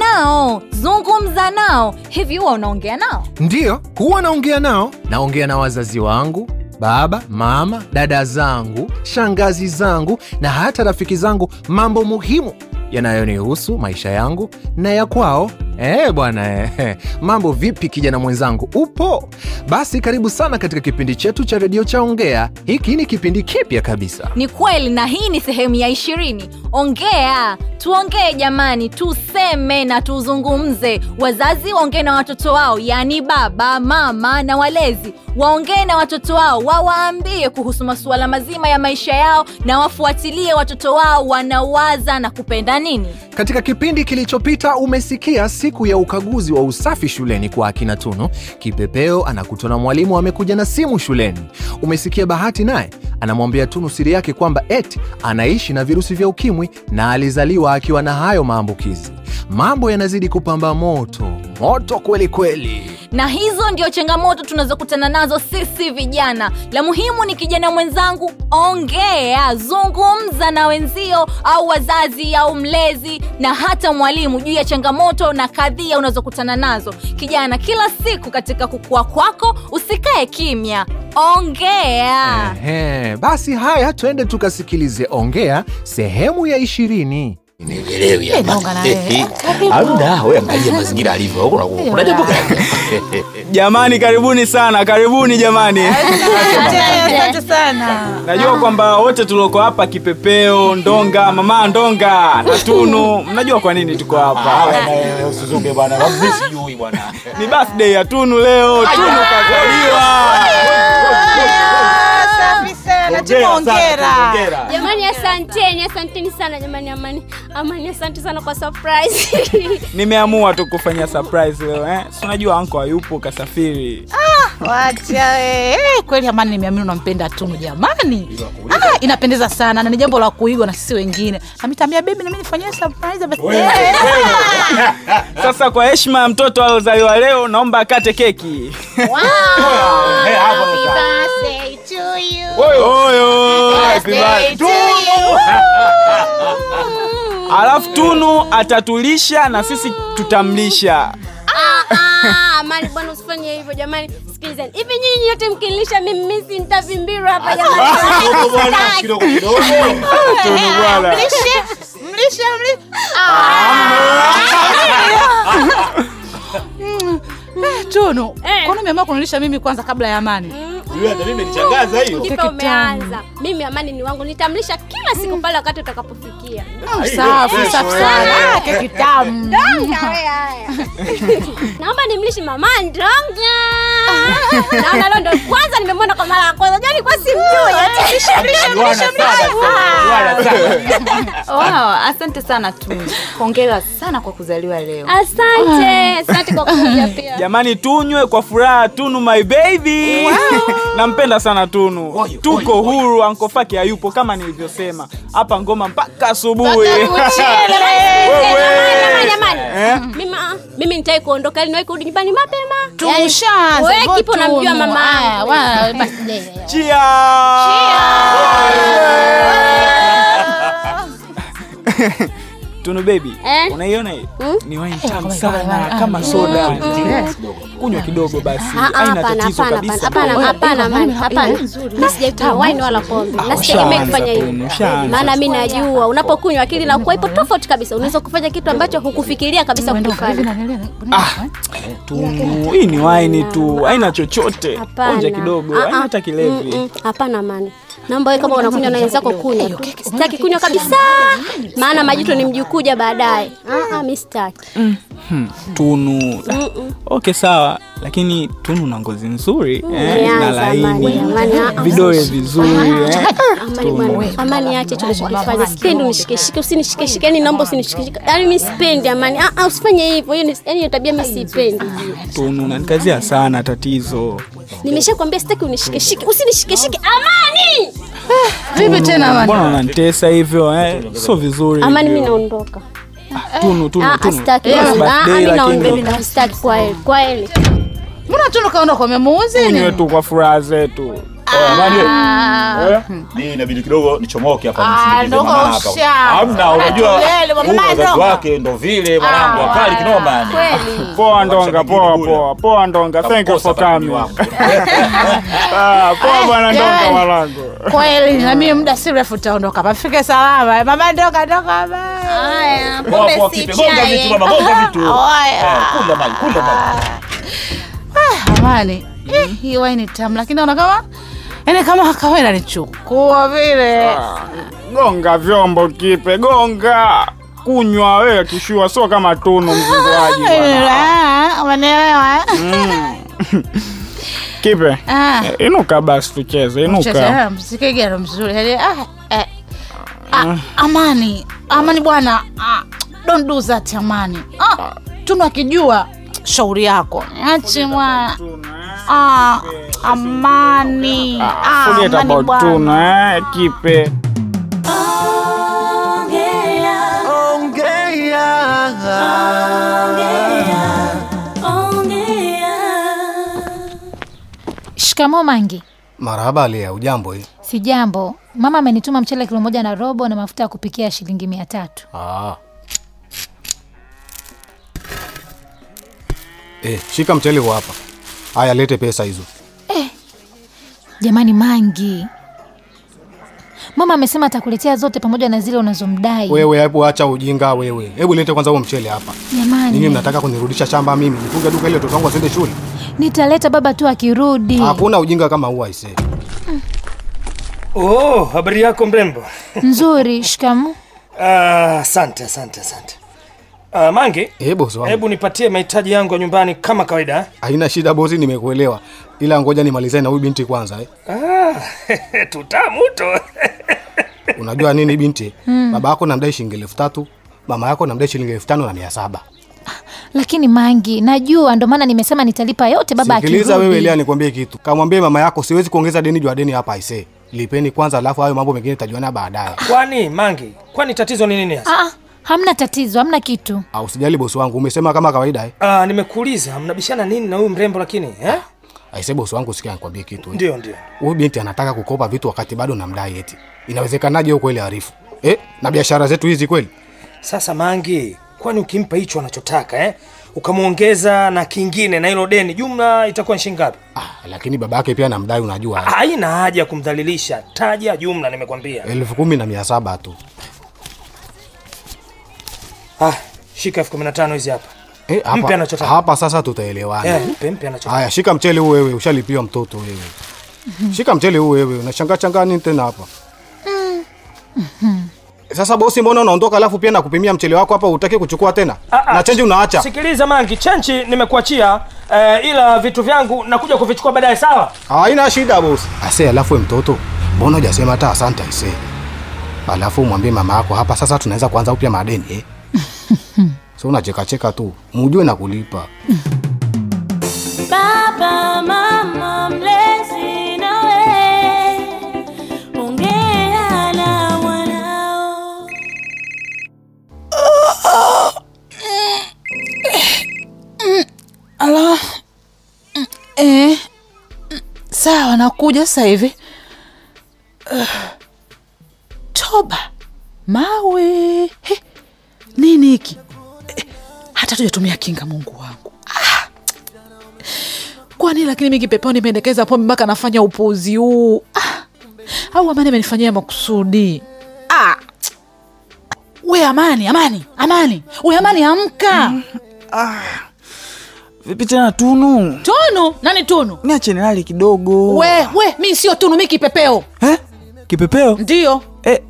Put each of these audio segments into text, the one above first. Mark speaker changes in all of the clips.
Speaker 1: wao, zungumza nao. Hivi huwa unaongea nao?
Speaker 2: Ndiyo, huwa naongea nao. Naongea na wazazi wangu, baba, mama, dada zangu, shangazi zangu na hata rafiki zangu, mambo muhimu yanayonihusu maisha yangu na ya kwao. Eh bwana eh, mambo vipi kijana mwenzangu, upo? Basi karibu sana katika kipindi chetu cha redio cha Ongea. Hiki ni kipindi kipya kabisa.
Speaker 1: Ni kweli, na hii ni sehemu ya ishirini. Ongea, tuongee jamani, tuseme na tuzungumze. Wazazi waongee na watoto wao, yaani baba, mama na walezi waongee na watoto wao, wawaambie kuhusu masuala mazima ya maisha yao, na wafuatilie watoto wao wanawaza na kupenda nini.
Speaker 2: Katika kipindi kilichopita umesikia siku ya ukaguzi wa usafi shuleni kwa akina Tunu. Kipepeo anakutwa na mwalimu amekuja na simu shuleni. Umesikia Bahati naye anamwambia Tunu siri yake kwamba eti anaishi na virusi vya ukimwi na alizaliwa akiwa na hayo maambukizi. Mambo yanazidi kupamba moto moto kweli kweli.
Speaker 1: Na hizo ndio changamoto tunazokutana nazo sisi vijana. La muhimu ni kijana mwenzangu, ongea, zungumza na wenzio au wazazi au mlezi na hata mwalimu juu ya changamoto na kadhia unazokutana nazo. Kijana, kila siku katika kukua kwako usikae kimya, ongea.
Speaker 2: Ehe, basi haya twende tukasikilize Ongea sehemu ya ishirini.
Speaker 3: Nielewi
Speaker 4: Nimegonga na wewe. Karibu.
Speaker 3: Amda, wewe angalia mazingira alivyo. Huko na kuna jambo gani?
Speaker 5: Jamani, karibuni sana, karibuni jamani.
Speaker 4: Asante sana.
Speaker 5: Najua kwamba wote tulioko hapa, Kipepeo, Ndonga, Mama Ndonga na Tunu, mnajua kwa nini tuko hapa.
Speaker 3: Bwana, wewe usizunge bwana. Mimi sijui bwana.
Speaker 5: Ni birthday ya Tunu leo, Tunu kazaliwa.
Speaker 4: Ah, Safi
Speaker 5: Hongera
Speaker 4: sana.
Speaker 5: sana,
Speaker 4: Tunaongera.
Speaker 5: hongera.
Speaker 6: Jamani, asanteni, asanteni sana jamani, amani, amani, asante sana kwa surprise.
Speaker 5: Nimeamua tu kufanya surprise leo eh. Si unajua anko hayupo kasafiri.
Speaker 4: Ah. Wacha wewe. Eh, Kweli amani nimeamini unampenda Tunu jamani. Ah, inapendeza sana na ni jambo la kuigwa na sisi wengine. Amitambia baby na mimi nifanyie surprise basi. Eh,
Speaker 5: Sasa kwa heshima ya mtoto alozaliwa leo, naomba akate keki.
Speaker 3: Eh, hapo sasa.
Speaker 4: birthday to you.
Speaker 5: Oyo, happy birthday. Alafu Tunu atatulisha na sisi tutamlisha.
Speaker 6: Ah, amani bwana, usifanye hivyo jamani. Sikilizeni, hivi nyinyi nyote mkinilisha mimi, mimi si nitavimbirwa hapa jamani.
Speaker 3: Kidogo bwana, kidogo kidogo.
Speaker 5: Tunu bwana.
Speaker 4: Mlishe, mlishe, mlishe. Eh, Tunu,
Speaker 6: Eh.
Speaker 4: kwani umeamua kunilisha mimi kwanza kabla ya amani?
Speaker 3: Yule hata mimi nilishangaza hiyo.
Speaker 6: Kipa umeanza. Mimi amani ni wangu, nitamlisha kila siku pale wakati utakapofikia.
Speaker 4: Mm, Safi,
Speaker 3: Kesho,
Speaker 4: safi
Speaker 3: eh.
Speaker 4: sana. Ah, Keki tamu.
Speaker 6: Naomba nimlishe mama Ndonga. Naona leo ndo kwanza nimemwona kwa mara ya kwanza, jani kwa simjui.
Speaker 3: Bwana sana. Bwana sana.
Speaker 7: Wow, asante sana Tunu, hongera sana kwa kuzaliwa leo.
Speaker 6: Asante, asante kwa kuja pia.
Speaker 5: jamani tunywe kwa furaha tunu my baby nampenda sana tunu
Speaker 3: Oyo,
Speaker 5: tuko huru ankofaki hayupo kama nilivyosema hapa ngoma mpaka asubuhi
Speaker 6: Jamani, jamani, jamani. Mimi, ah, mimi nitai kuondoka ili niwahi kurudi nyumbani mapema
Speaker 4: Tumeshaanza.
Speaker 6: Yaani,
Speaker 4: Ah,
Speaker 6: Wewe
Speaker 4: go
Speaker 6: kipo namjua
Speaker 4: Tunu.
Speaker 6: mama
Speaker 5: Ah,
Speaker 4: Aya,
Speaker 6: yangu. Ah,
Speaker 4: wa- basi.
Speaker 5: chia tunu baby
Speaker 6: Eh?
Speaker 5: unaiona hii ni wine tamu sana
Speaker 4: Mm.
Speaker 5: kama soda kunywa kidogo basi haina
Speaker 6: Ah, Hapana,
Speaker 5: tatizo
Speaker 6: hapana,
Speaker 5: kabisa
Speaker 6: hapana,
Speaker 5: Wewe, Ah,
Speaker 6: hapana, hapana, hapana. Mimi sijawahi kunywa wine wala pombe na sitegemei
Speaker 5: ushaanza
Speaker 6: kufanya
Speaker 5: tu,
Speaker 6: hivyo,
Speaker 5: ushaanza.
Speaker 6: maana mi najua unapokunywa akili inakuwa ipo tofauti kabisa. Unaweza kufanya kitu ambacho hukufikiria kabisa kukifanya.
Speaker 5: Ah, Tunu, hii ni wine tu haina chochote
Speaker 6: Hapana.
Speaker 5: onja kidogo
Speaker 6: Ah, ah.
Speaker 5: haina hata kilevi
Speaker 6: Mm, mm. Hapana amani, naomba wewe kama unakunywa na wenzako kunywa tu. Sitaki kunywa kabisa, maana majuto ni mjikuja baadaye. Ah, ah, mi sitaki. mm.
Speaker 5: Tunu.
Speaker 6: Mm-mm.
Speaker 5: Okay, sawa, lakini Tunu na ngozi nzuri eh, na
Speaker 6: Umeanza,
Speaker 5: laini,
Speaker 6: Yaani, Amani, Amani, ah,
Speaker 5: vidole vizuri eh.
Speaker 6: Amani bwana, amani ache tunachokifanya. Sipendi unishikeshike, usinishikeshike. Yani yaani naomba usinishikeshike. Yani mimi sipendi amani. Ah, ah, usifanye hivyo. Hiyo ni yani hiyo tabia mimi siipendi.
Speaker 5: Tunu nanikazia sana tatizo.
Speaker 6: Nimeshakwambia sitaki unishikeshike. Usinishikeshike. Amani!
Speaker 4: Vipi tena amani?
Speaker 5: Mbona unanitesa hivyo eh? Sio vizuri.
Speaker 6: Amani mimi
Speaker 5: hivyo.
Speaker 6: naondoka.
Speaker 5: Tunu, Tunu,
Speaker 6: Ah, ah,
Speaker 5: Tunu.
Speaker 6: sitaki.
Speaker 5: Yes,
Speaker 6: Ah, ah,
Speaker 5: birthday,
Speaker 6: mimi
Speaker 5: lakini
Speaker 6: naondoka. Sitaki kwa heli. Kwa heli.
Speaker 4: Mbona Tunu kaondoka umemuuzi?
Speaker 5: tunywe tu kwa furaha zetu. Eh, Hmm.
Speaker 3: Amani we. Oya. Mimi inabidi kidogo nichomoke hapa
Speaker 4: Ah,
Speaker 3: nisindikize
Speaker 4: ndo
Speaker 3: mama hapa.
Speaker 4: osha.
Speaker 3: Hamna unajua.
Speaker 4: Tulele, mama,
Speaker 3: huyu Wazazi
Speaker 4: ndonga.
Speaker 3: wake ndo vile mwanangu akali kinoma yani.
Speaker 7: Kweli.
Speaker 5: poa ndonga poa poa poa ndonga thank you for
Speaker 3: Kaposa
Speaker 5: coming
Speaker 3: familia wangu.
Speaker 5: Ah, poa bwana ndonga
Speaker 4: Jamani.
Speaker 5: mwanangu
Speaker 4: kweli na mimi muda si mrefu utaondoka pafike salama eh, mama ndoka ndoka bye.
Speaker 6: Ah.
Speaker 7: Haya,
Speaker 3: Poa, poa,
Speaker 7: pombe si
Speaker 3: kipe. Gonga vitu
Speaker 7: chai.
Speaker 3: mama, gonga vitu.
Speaker 4: Oya.
Speaker 3: Ah, Kula maji, kula maji.
Speaker 4: Ah, amani
Speaker 6: Mhm.
Speaker 4: Eh, hii waini tamu lakini naona kama yani kama kawa inanichukua vile
Speaker 5: Ah, gonga vyombo kipe gonga kunywa wewe kishua sio kama tunu mzinguaji bwana. Mm.
Speaker 4: Ah, umeelewa eh?
Speaker 5: kipe
Speaker 4: Ah.
Speaker 5: inuka basi tucheze inuka
Speaker 4: Cheza mziki gani mzuri yani ah, eh, ah, amani amani bwana ah, don't do that amani ah, tunu akijua shauri yako achi mwana ah, amani ah,
Speaker 5: eh. Forget
Speaker 4: amani
Speaker 5: about
Speaker 4: bwana
Speaker 5: tunu eh, kipe
Speaker 8: Shikamoo Mangi.
Speaker 9: Marahaba Lia, ujambo hii?
Speaker 8: Si jambo, mama amenituma mchele kilo moja na robo na mafuta ya kupikia ya shilingi mia tatu.
Speaker 9: Ah. Eh, shika mchele huo hapa. Haya, lete pesa hizo.
Speaker 8: Jamani Mangi, mama amesema atakuletea zote pamoja na zile unazomdai.
Speaker 9: Wewe hapo acha ujinga wewe. Hebu lete kwanza huo mchele hapa. Nini
Speaker 8: Jamani,
Speaker 9: mnataka kunirudisha shamba mimi? Nifunge duka ile watoto wangu wasiende shule?
Speaker 8: nitaleta baba tu akirudi.
Speaker 9: Hakuna ujinga kama huo aisee.
Speaker 10: Oh, habari yako mrembo.
Speaker 8: Nzuri, shikamoo.
Speaker 10: Ah, Asante, asante, asante. Ah, Mange,
Speaker 9: Eh, bosi wangu.
Speaker 10: hebu nipatie mahitaji yangu ya nyumbani kama kawaida. eh?
Speaker 9: Haina shida bosi, nimekuelewa. Ila ngoja nimalizane na huyu binti kwanza eh.
Speaker 10: Ah, tutamuto.
Speaker 9: Unajua nini binti?
Speaker 8: Hmm.
Speaker 9: Baba yako namdai shilingi elfu tatu, mama yako namdai shilingi elfu tano na mia saba.
Speaker 8: Lakini Mangi, najua ndo maana nimesema nitalipa yote baba
Speaker 9: Sikiliza wewe Lia,
Speaker 8: akirudi.
Speaker 9: nikwambie kitu. Kamwambie mama yako siwezi kuongeza deni juu ya deni hapa aisee. Lipeni kwanza, alafu hayo mambo mengine tajuana baadaye.
Speaker 10: Kwani Mange, kwani tatizo ni nini hasa?
Speaker 8: Ah, hamna tatizo, hamna kitu.
Speaker 9: Au Ah, usijali bosi wangu, umesema kama kawaida eh. Ah,
Speaker 10: Ah, nimekuuliza mnabishana nini na huyu mrembo lakini eh?
Speaker 9: Aisee bosi wangu, sikia nikwambie kitu. eh.
Speaker 10: Ndio, ndio.
Speaker 9: Huyu binti anataka kukopa vitu wakati bado namdai eti. Inawezekanaje huko kweli Arifu? Eh, na biashara zetu hizi kweli?
Speaker 10: Sasa Mange, kwani ukimpa hicho anachotaka eh? Ukamwongeza na kingine na hilo deni, jumla itakuwa ni shilingi ngapi?
Speaker 9: Ah, lakini baba yake pia namdai unajua. eh.
Speaker 10: Haina haja ya kumdhalilisha, taja jumla, nimekwambia.
Speaker 9: Elfu kumi na mia saba tu.
Speaker 10: Ah, shika elfu kumi na tano hizi hapa.
Speaker 9: Eh,
Speaker 10: Mpe
Speaker 9: hapa,
Speaker 10: anachotaka.
Speaker 9: hapa sasa tutaelewana.
Speaker 10: Eh, mpe mpe anachotaka.
Speaker 9: Haya, shika mchele huu wewe, ushalipiwa mtoto wewe. Shika mchele huu wewe, unashangaa changaa nini tena hapa? Sasa bosi, mbona unaondoka alafu pia nakupimia mchele wako hapa, utaki kuchukua tena
Speaker 10: Ah, ah,
Speaker 9: na chenji unaacha?
Speaker 10: Sikiliza Mangi, chenchi nimekuachia eh, ila vitu vyangu nakuja kuvichukua baadaye, sawa?
Speaker 9: Haina shida bosi. Ase, alafu we mtoto, mbona hujasema hata asante ise? Alafu mwambie mama yako hapa sasa, tunaweza kuanza upya madeni eh? so unacheka cheka tu, mujue na kulipa.
Speaker 6: Baba, mama, mlezi nawe, ongea na mwanao.
Speaker 4: eh, sawa nakuja sasa hivi Ah, toba mawe He, nini hiki Eh, hata tujatumia kinga mungu wangu Ah, kwani lakini mi kipepeo nimeendekeza pombe mpaka nafanya upuuzi huu Ah, au amani amenifanyia makusudi Ah, we amani amani amani we amani amka
Speaker 5: vipi tena tunu
Speaker 4: tunu nani tunu
Speaker 5: niache nilale kidogo
Speaker 4: we we mi sio tunu mi kipepeo
Speaker 5: Eh? kipepeo
Speaker 4: ndiyo
Speaker 5: eh,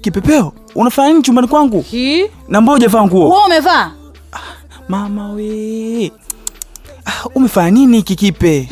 Speaker 5: kipepeo unafanya nini chumbani kwangu
Speaker 4: Ki?
Speaker 5: na mbao ujavaa
Speaker 9: Oh.
Speaker 5: nguo
Speaker 4: we umevaa
Speaker 5: mama we Ah, umefanya nini kikipe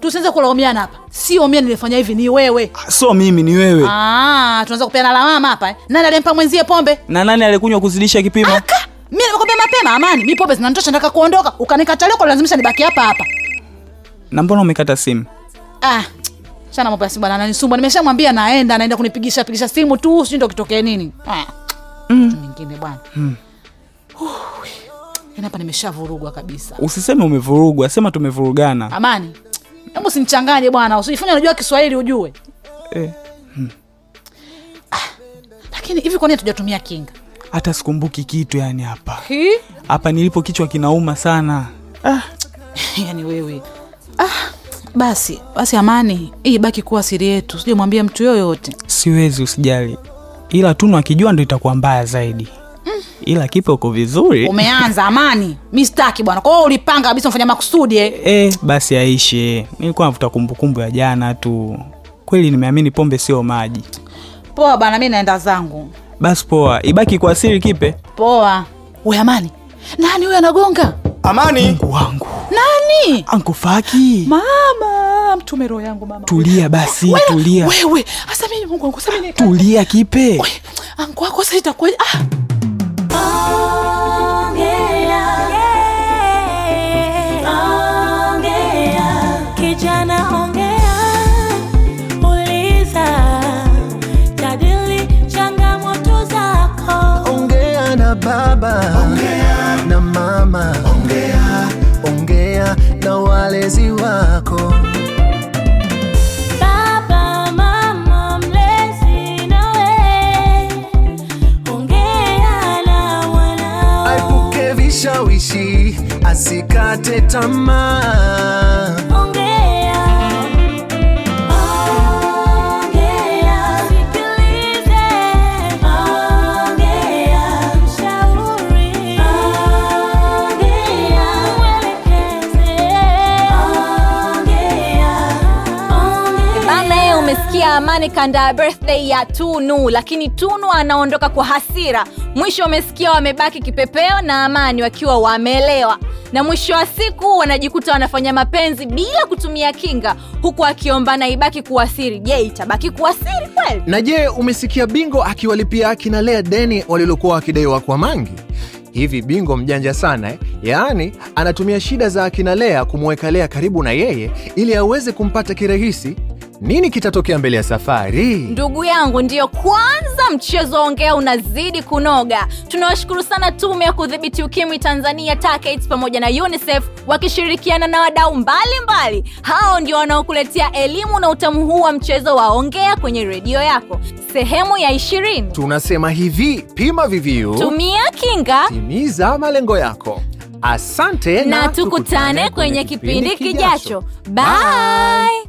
Speaker 4: tusianze kulaumiana hapa sio mie nilifanya hivi ni wewe
Speaker 5: so mimi ni wewe
Speaker 4: ah, tunaanza kupeana lawama hapa eh? nani alimpa mwenzie pombe
Speaker 5: na nani alikunywa kuzidisha kipimo
Speaker 4: Ka! mi nimekwambia mapema amani mi pombe zinanitosha nataka kuondoka ukanikatalia kulazimisha nibaki hapa hapa
Speaker 5: na mbona umekata simu
Speaker 4: ah. chana mambo ya simu bwana ananisumbua nimeshamwambia naenda anaenda kunipigisha pigisha simu tu sijui ndo kitokee nini ah. mm. mingine bwana mm. hapa nimeshavurugwa kabisa
Speaker 5: usiseme umevurugwa sema tumevurugana
Speaker 4: amani hebu simchanganye bwana, usijifanya unajua Kiswahili ujue Hmm. Ah,
Speaker 11: Eh,
Speaker 4: lakini hivi kwa nini tujatumia kinga
Speaker 11: hata sikumbuki kitu yani hapa
Speaker 4: hii?
Speaker 11: hapa nilipo kichwa kinauma sana
Speaker 4: Ah. yani wewe ah, basi basi, Amani, hii ibaki kuwa siri yetu, sije mwambie mtu yoyote.
Speaker 11: siwezi usijali ila tunu akijua ndo itakuwa mbaya zaidi ila kipe uko
Speaker 4: Eh.
Speaker 11: vizuri
Speaker 4: Umeanza Amani, mi sitaki bwana. Kwa hiyo ulipanga kabisa, umefanya makusudi eh?
Speaker 11: Eh, basi aishe nilikuwa navuta kumbukumbu ya jana tu kweli nimeamini pombe sio maji
Speaker 4: Poa bana, mi naenda zangu.
Speaker 11: basi poa ibaki kwa siri kipe
Speaker 4: Poa. We Amani, nani huyo anagonga?
Speaker 11: amani Mungu wangu
Speaker 4: Nani?
Speaker 11: Ankufaki.
Speaker 4: Mama, mtume roho yangu mama.
Speaker 11: tulia basi tulia
Speaker 4: Wewe, hasa mimi Mungu wangu, sasa mimi
Speaker 11: tulia kipe
Speaker 4: angu wako sasa itakuwa ah.
Speaker 12: Kijana ongea, uliza, jadili changamoto zako.
Speaker 13: ongea na baba ongea na mama ongea ongea na walezi wako
Speaker 12: Baba, mama, mlezi nawe, ongea na wanao.
Speaker 13: aepuke vishawishi asikate tamaa
Speaker 12: Ongea, ongea, sikilize. Ongea, mshauri. Ongea, mwelekeze. Ongea.
Speaker 1: Bana, umesikia Amani kaandaa birthday ya Tunu, lakini Tunu anaondoka kwa hasira. Mwisho umesikia wamebaki Kipepeo na Amani wakiwa wamelewa, na mwisho wa siku wanajikuta wanafanya mapenzi bila kutumia kinga, huku akiombana ibaki kuwasiri. Je, itabaki kuwasiri kweli?
Speaker 2: na je umesikia bingo akiwalipia akina lea deni walilokuwa wakidaiwa kwa mangi hivi bingo mjanja sana eh? yaani anatumia shida za akina lea kumweka lea karibu na yeye ili aweze kumpata kirahisi nini kitatokea mbele ya safari
Speaker 1: Ndugu yangu, ndiyo kwanza mchezo ongea unazidi kunoga. Tunawashukuru sana Tume ya Kudhibiti Ukimwi Tanzania, TACAIDS pamoja na UNICEF wakishirikiana na wadau mbalimbali. Hao ndio wanaokuletea elimu na utamu huu wa mchezo wa ongea kwenye redio yako, sehemu ya ishirini.
Speaker 2: tunasema hivi pima viviu
Speaker 1: Tumia kinga
Speaker 2: timiza malengo yako asante
Speaker 1: na tukutane kwenye kipindi kijacho. Bye.